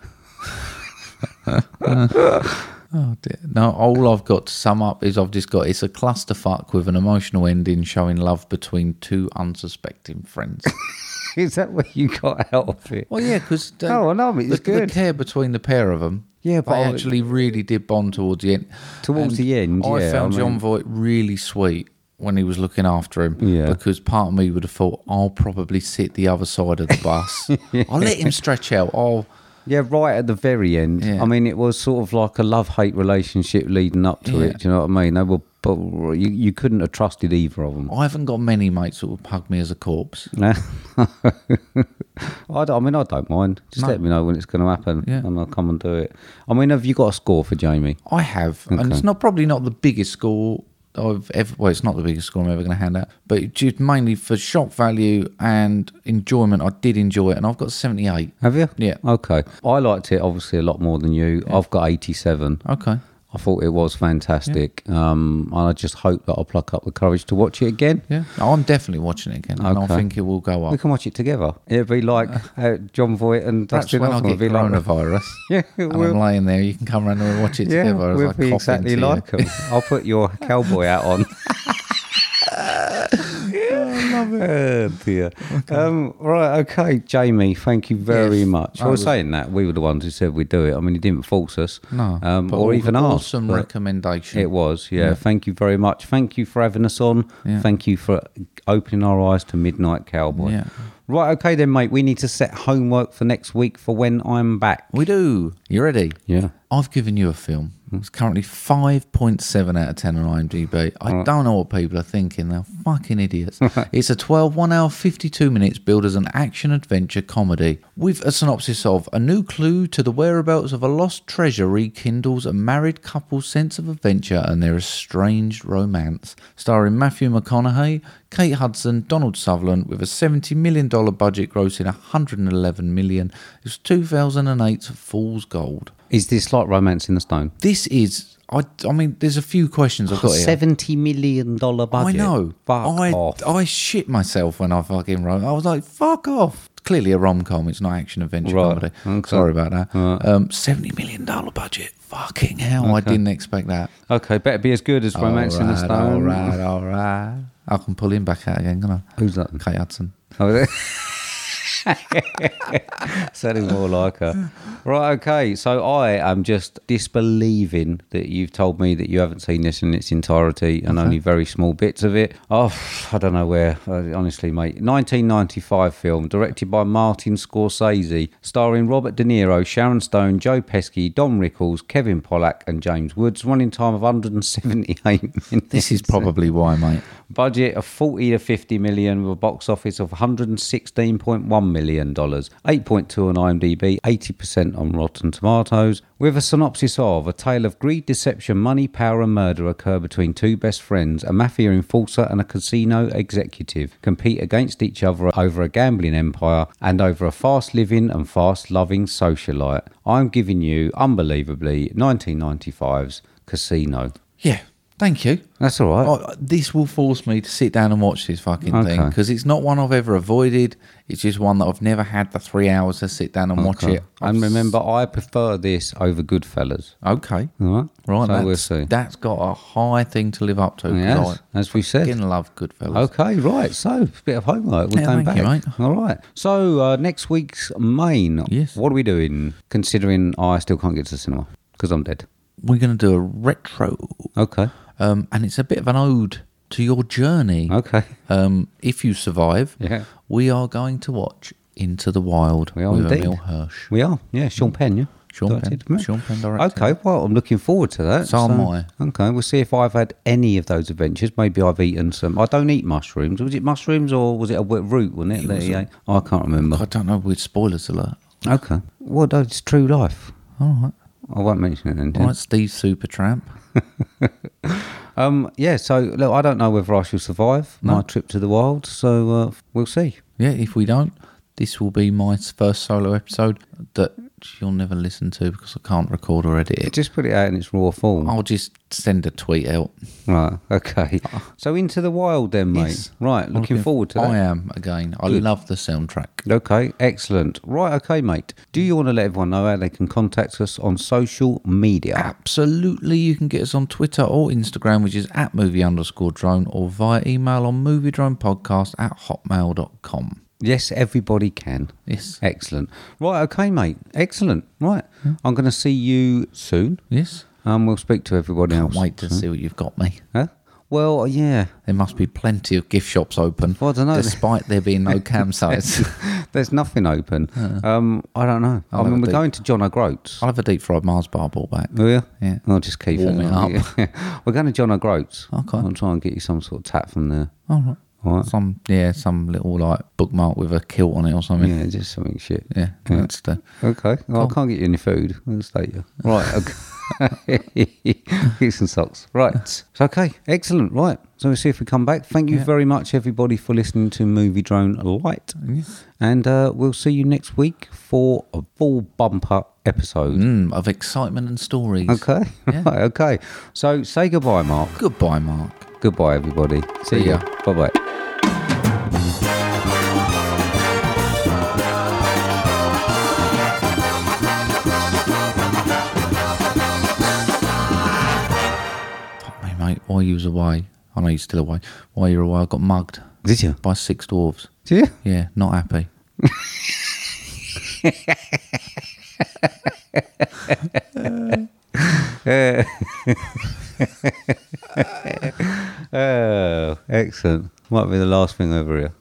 [SPEAKER 1] oh dear. No, all I've got to sum up is I've just got it's a clusterfuck with an emotional ending showing love between two unsuspecting friends.
[SPEAKER 2] Is that what you got out of it?
[SPEAKER 1] well, yeah, because
[SPEAKER 2] Oh, I know, but it's
[SPEAKER 1] the, the
[SPEAKER 2] good.
[SPEAKER 1] care between the pair of them.
[SPEAKER 2] Yeah, but
[SPEAKER 1] they
[SPEAKER 2] I-
[SPEAKER 1] actually really did bond towards the end.
[SPEAKER 2] Towards
[SPEAKER 1] And
[SPEAKER 2] the end,
[SPEAKER 1] I
[SPEAKER 2] yeah,
[SPEAKER 1] found
[SPEAKER 2] I
[SPEAKER 1] John
[SPEAKER 2] mean-
[SPEAKER 1] Voight really sweet when he was looking after him.
[SPEAKER 2] Yeah.
[SPEAKER 1] because part of me would have thought I'll probably sit the other side of the bus. I'll let him stretch out. I'll
[SPEAKER 2] Yeah, right at the very end.
[SPEAKER 1] Yeah.
[SPEAKER 2] I mean, it was sort of like a love-hate relationship leading up to
[SPEAKER 1] Yeah.
[SPEAKER 2] it. Do you know what I mean? They were, but you, you couldn't have trusted either of them.
[SPEAKER 1] I haven't got many mates that would hug me as a corpse.
[SPEAKER 2] No. I, don't- I mean, I don't mind. Just
[SPEAKER 1] No.
[SPEAKER 2] let me know when it's going to happen,
[SPEAKER 1] Yeah.
[SPEAKER 2] and I'll come and do it. I mean, have you got a score for Jamie?
[SPEAKER 1] I have, and
[SPEAKER 2] Okay.
[SPEAKER 1] it's not probably not the biggest score I've ever. Well, it's not the biggest score I'm ever going to hand out, but just mainly for shock value and enjoyment, I did enjoy it, and I've got seventy-eight.
[SPEAKER 2] Have you?
[SPEAKER 1] Yeah.
[SPEAKER 2] Okay. I liked it obviously a lot more than you. I've got 87.
[SPEAKER 1] Okay,
[SPEAKER 2] I thought it was fantastic. Um, and I just hope that I'll pluck up the courage to watch it again.
[SPEAKER 1] yeah, No, I'm definitely watching it again, and I
[SPEAKER 2] Okay.
[SPEAKER 1] think it will go
[SPEAKER 2] We
[SPEAKER 1] up.
[SPEAKER 2] can watch it together. It'd be like uh, John Voight and
[SPEAKER 1] Perhaps
[SPEAKER 2] Dustin
[SPEAKER 1] when I
[SPEAKER 2] Hoffman.
[SPEAKER 1] get
[SPEAKER 2] It'd be like-
[SPEAKER 1] coronavirus,
[SPEAKER 2] Yeah, it
[SPEAKER 1] and
[SPEAKER 2] will.
[SPEAKER 1] I'm laying there, you can come round and watch it
[SPEAKER 2] Yeah,
[SPEAKER 1] together. as I
[SPEAKER 2] we'll be
[SPEAKER 1] cop
[SPEAKER 2] exactly
[SPEAKER 1] into you.
[SPEAKER 2] like 'em. I'll put your cowboy hat on. Oh, dear. Um, right, okay, Jamie, thank you very
[SPEAKER 1] Yes,
[SPEAKER 2] much.
[SPEAKER 1] I
[SPEAKER 2] I was
[SPEAKER 1] was-
[SPEAKER 2] saying that we were the ones who said we'd do it. I mean, he didn't force us,
[SPEAKER 1] No,
[SPEAKER 2] um,
[SPEAKER 1] but
[SPEAKER 2] or
[SPEAKER 1] all-
[SPEAKER 2] even ask.
[SPEAKER 1] awesome
[SPEAKER 2] but
[SPEAKER 1] recommendation.
[SPEAKER 2] It was, yeah.
[SPEAKER 1] Yeah.
[SPEAKER 2] Thank you very much. Thank you for having us on.
[SPEAKER 1] Yeah.
[SPEAKER 2] Thank you for opening our eyes to Midnight Cowboy.
[SPEAKER 1] Yeah.
[SPEAKER 2] Right, okay then, mate. We need to set homework for next week for when I'm back.
[SPEAKER 1] We do. You ready?
[SPEAKER 2] Yeah.
[SPEAKER 1] I've given you a film. It's currently 5.7 out of 10 on IMDb. I don't know what people are thinking. They're fucking idiots. it's a 12, 1 hour, 52 minutes billed as an action adventure comedy with a synopsis of a new clue to the whereabouts of a lost treasure rekindles a married couple's sense of adventure and their estranged romance. Starring Matthew McConaughey, Kate Hudson, Donald Sutherland, with a $70 million budget grossing $111 million. It's 2008's Fool's Gold.
[SPEAKER 2] Is this like Romance in the Stone?
[SPEAKER 1] This is. I, I mean, there's a few questions I've got here.
[SPEAKER 2] Seventy million dollar
[SPEAKER 1] I
[SPEAKER 2] budget.
[SPEAKER 1] know.
[SPEAKER 2] Fuck
[SPEAKER 1] I,
[SPEAKER 2] off.
[SPEAKER 1] I shit myself when I fucking wrote. I was like, fuck off. Clearly a rom com. It's not action adventure
[SPEAKER 2] Right.
[SPEAKER 1] comedy.
[SPEAKER 2] Okay.
[SPEAKER 1] Sorry about that. Um, Seventy million dollar budget. Fucking hell! I didn't expect that.
[SPEAKER 2] okay, better be as good as Romance in the
[SPEAKER 1] Alright,
[SPEAKER 2] Stone.
[SPEAKER 1] Alright, alright. I can pull him back out again, can I?
[SPEAKER 2] Who's that?
[SPEAKER 1] Kate Hudson.
[SPEAKER 2] Oh, is it? Sounding more like her. Right, okay. So I am just disbelieving that you've told me that you haven't seen this in its entirety and only very small bits of it. Oh, I don't know where. uh, Honestly, mate. 1995 film, directed by Martin Scorsese, starring Robert De Niro, Sharon Stone, Joe Pesci, Don Rickles, Kevin Pollack, and James Woods. Running time of 178 minutes.
[SPEAKER 1] This is probably why, mate.
[SPEAKER 2] Budget of 40 to 50 million with a box office of 116.1 million dollars. 8.2 on IMDb, 80% on Rotten Tomatoes. With a synopsis of a tale of greed, deception, money, power and murder occur between two best friends, a mafia enforcer and a casino executive, compete against each other over a gambling empire and over a fast-living and fast-loving socialite. I'm giving you unbelievably 1995's Casino.
[SPEAKER 1] Yeah. Thank you.
[SPEAKER 2] That's all right.
[SPEAKER 1] Oh, this will force me to sit down and watch this fucking thing 'cause thing
[SPEAKER 2] Okay.
[SPEAKER 1] because it's not one I've ever avoided. It's just one that I've never had the three hours to sit down and watch
[SPEAKER 2] Okay.
[SPEAKER 1] it.
[SPEAKER 2] And remember, I prefer this over Goodfellas.
[SPEAKER 1] Okay.
[SPEAKER 2] All right.
[SPEAKER 1] Right.
[SPEAKER 2] So
[SPEAKER 1] that's,
[SPEAKER 2] we'll see.
[SPEAKER 1] that's got a high thing to live up to. 'cause
[SPEAKER 2] Yes,
[SPEAKER 1] I
[SPEAKER 2] as we said.
[SPEAKER 1] fucking love Goodfellas.
[SPEAKER 2] Okay, right. So, bit of homework. We're
[SPEAKER 1] Yeah,
[SPEAKER 2] going
[SPEAKER 1] thank you,
[SPEAKER 2] back.
[SPEAKER 1] mate.
[SPEAKER 2] All right. So, uh, next week's main.
[SPEAKER 1] Yes.
[SPEAKER 2] What are we doing? Considering I still can't get to the cinema because I'm dead.
[SPEAKER 1] We're going to do a retro,
[SPEAKER 2] Okay.
[SPEAKER 1] um, and it's a bit of an ode to your journey.
[SPEAKER 2] Okay.
[SPEAKER 1] Um, if you survive,
[SPEAKER 2] Oh. Yeah.
[SPEAKER 1] we are going to watch Into the Wild
[SPEAKER 2] We are
[SPEAKER 1] with
[SPEAKER 2] indeed.
[SPEAKER 1] Emil Hirsch.
[SPEAKER 2] We are. Yeah. Sean Penn. Yeah.
[SPEAKER 1] Sean Penn.
[SPEAKER 2] Directed, mate.
[SPEAKER 1] Sean Penn directed.
[SPEAKER 2] Okay. Well, I'm looking forward to that.
[SPEAKER 1] So am I.
[SPEAKER 2] Okay. We'll see if I've had any of those adventures. Maybe I've eaten some. I don't eat mushrooms. Was it mushrooms or was it a w- root? Wasn't it? that he ate? I can't remember.
[SPEAKER 1] I don't know. With spoilers alert.
[SPEAKER 2] Okay. Well, no, it's true life.
[SPEAKER 1] All right.
[SPEAKER 2] I won't mention it then. Tim.
[SPEAKER 1] All right, Steve Supertramp.
[SPEAKER 2] Um, yeah, so look, I don't know whether I shall survive my trip to the wild, so uh, we'll see.
[SPEAKER 1] Yeah, if we don't, this will be my first solo episode that you'll never listen to because I can't record or edit it.
[SPEAKER 2] Just put it out in its raw form.
[SPEAKER 1] I'll just send a tweet out.
[SPEAKER 2] Right, okay. So into the wild then, mate.
[SPEAKER 1] Yes.
[SPEAKER 2] Right,
[SPEAKER 1] I'm
[SPEAKER 2] looking, forward to that.
[SPEAKER 1] I am again. I love the soundtrack.
[SPEAKER 2] Okay, excellent. Right, okay, mate. Do you want to let everyone know how they can contact us on social
[SPEAKER 1] Ah.
[SPEAKER 2] media?
[SPEAKER 1] Absolutely, you can get us on Twitter or Instagram, which is at movie underscore drone, or via email on movie drone podcast at hotmail.com.
[SPEAKER 2] Yes, everybody can.
[SPEAKER 1] Yes.
[SPEAKER 2] Excellent. Right, okay, mate. Excellent. Right. I'm going to see you soon.
[SPEAKER 1] Yes.
[SPEAKER 2] Um, we'll speak to everybody
[SPEAKER 1] Can't
[SPEAKER 2] else.
[SPEAKER 1] wait to see what you've got me.
[SPEAKER 2] Huh? Well, uh, yeah.
[SPEAKER 1] There must be plenty of gift shops open,
[SPEAKER 2] Well, I dunno.
[SPEAKER 1] despite there being no campsites.
[SPEAKER 2] There's nothing open. Um, I don't know.
[SPEAKER 1] I'll
[SPEAKER 2] I
[SPEAKER 1] have
[SPEAKER 2] mean,
[SPEAKER 1] a
[SPEAKER 2] we're
[SPEAKER 1] deep-
[SPEAKER 2] going to John O'Groats.
[SPEAKER 1] I'll have a deep fried Mars bar brought back.
[SPEAKER 2] Will you?
[SPEAKER 1] Yeah.
[SPEAKER 2] I'll just keep
[SPEAKER 1] Warm
[SPEAKER 2] it.
[SPEAKER 1] it up.
[SPEAKER 2] Yeah. We're going to John O'Groats.
[SPEAKER 1] Okay.
[SPEAKER 2] I'll try and get you some sort of tap from there.
[SPEAKER 1] All right.
[SPEAKER 2] All right.
[SPEAKER 1] Some yeah, some little like bookmark with a kilt on it or something.
[SPEAKER 2] yeah, just something shit.
[SPEAKER 1] Yeah, that's the
[SPEAKER 2] Okay. Well, I can't get you any food. I'll stay you. Right. Okay. Get some socks. Right. It's okay. Excellent. Right. So we'll see if we come back. Thank you very much, everybody, for listening to Movie Drone Light.
[SPEAKER 1] mm,
[SPEAKER 2] And uh, we'll see you next week for a full bumper episode.
[SPEAKER 1] mm, of excitement and stories.
[SPEAKER 2] Okay. Right. Okay. So say goodbye, Mark.
[SPEAKER 1] Goodbye, Mark.
[SPEAKER 2] Goodbye, everybody. See,
[SPEAKER 1] See
[SPEAKER 2] ya.
[SPEAKER 1] ya.
[SPEAKER 2] Bye bye.
[SPEAKER 1] Fuck me, mate. While you was away, I know you're still away. While you're away, I got mugged
[SPEAKER 2] Did you?
[SPEAKER 1] by six dwarves.
[SPEAKER 2] Did you?
[SPEAKER 1] Yeah, not happy.
[SPEAKER 2] Oh, excellent. Might be the last thing over here.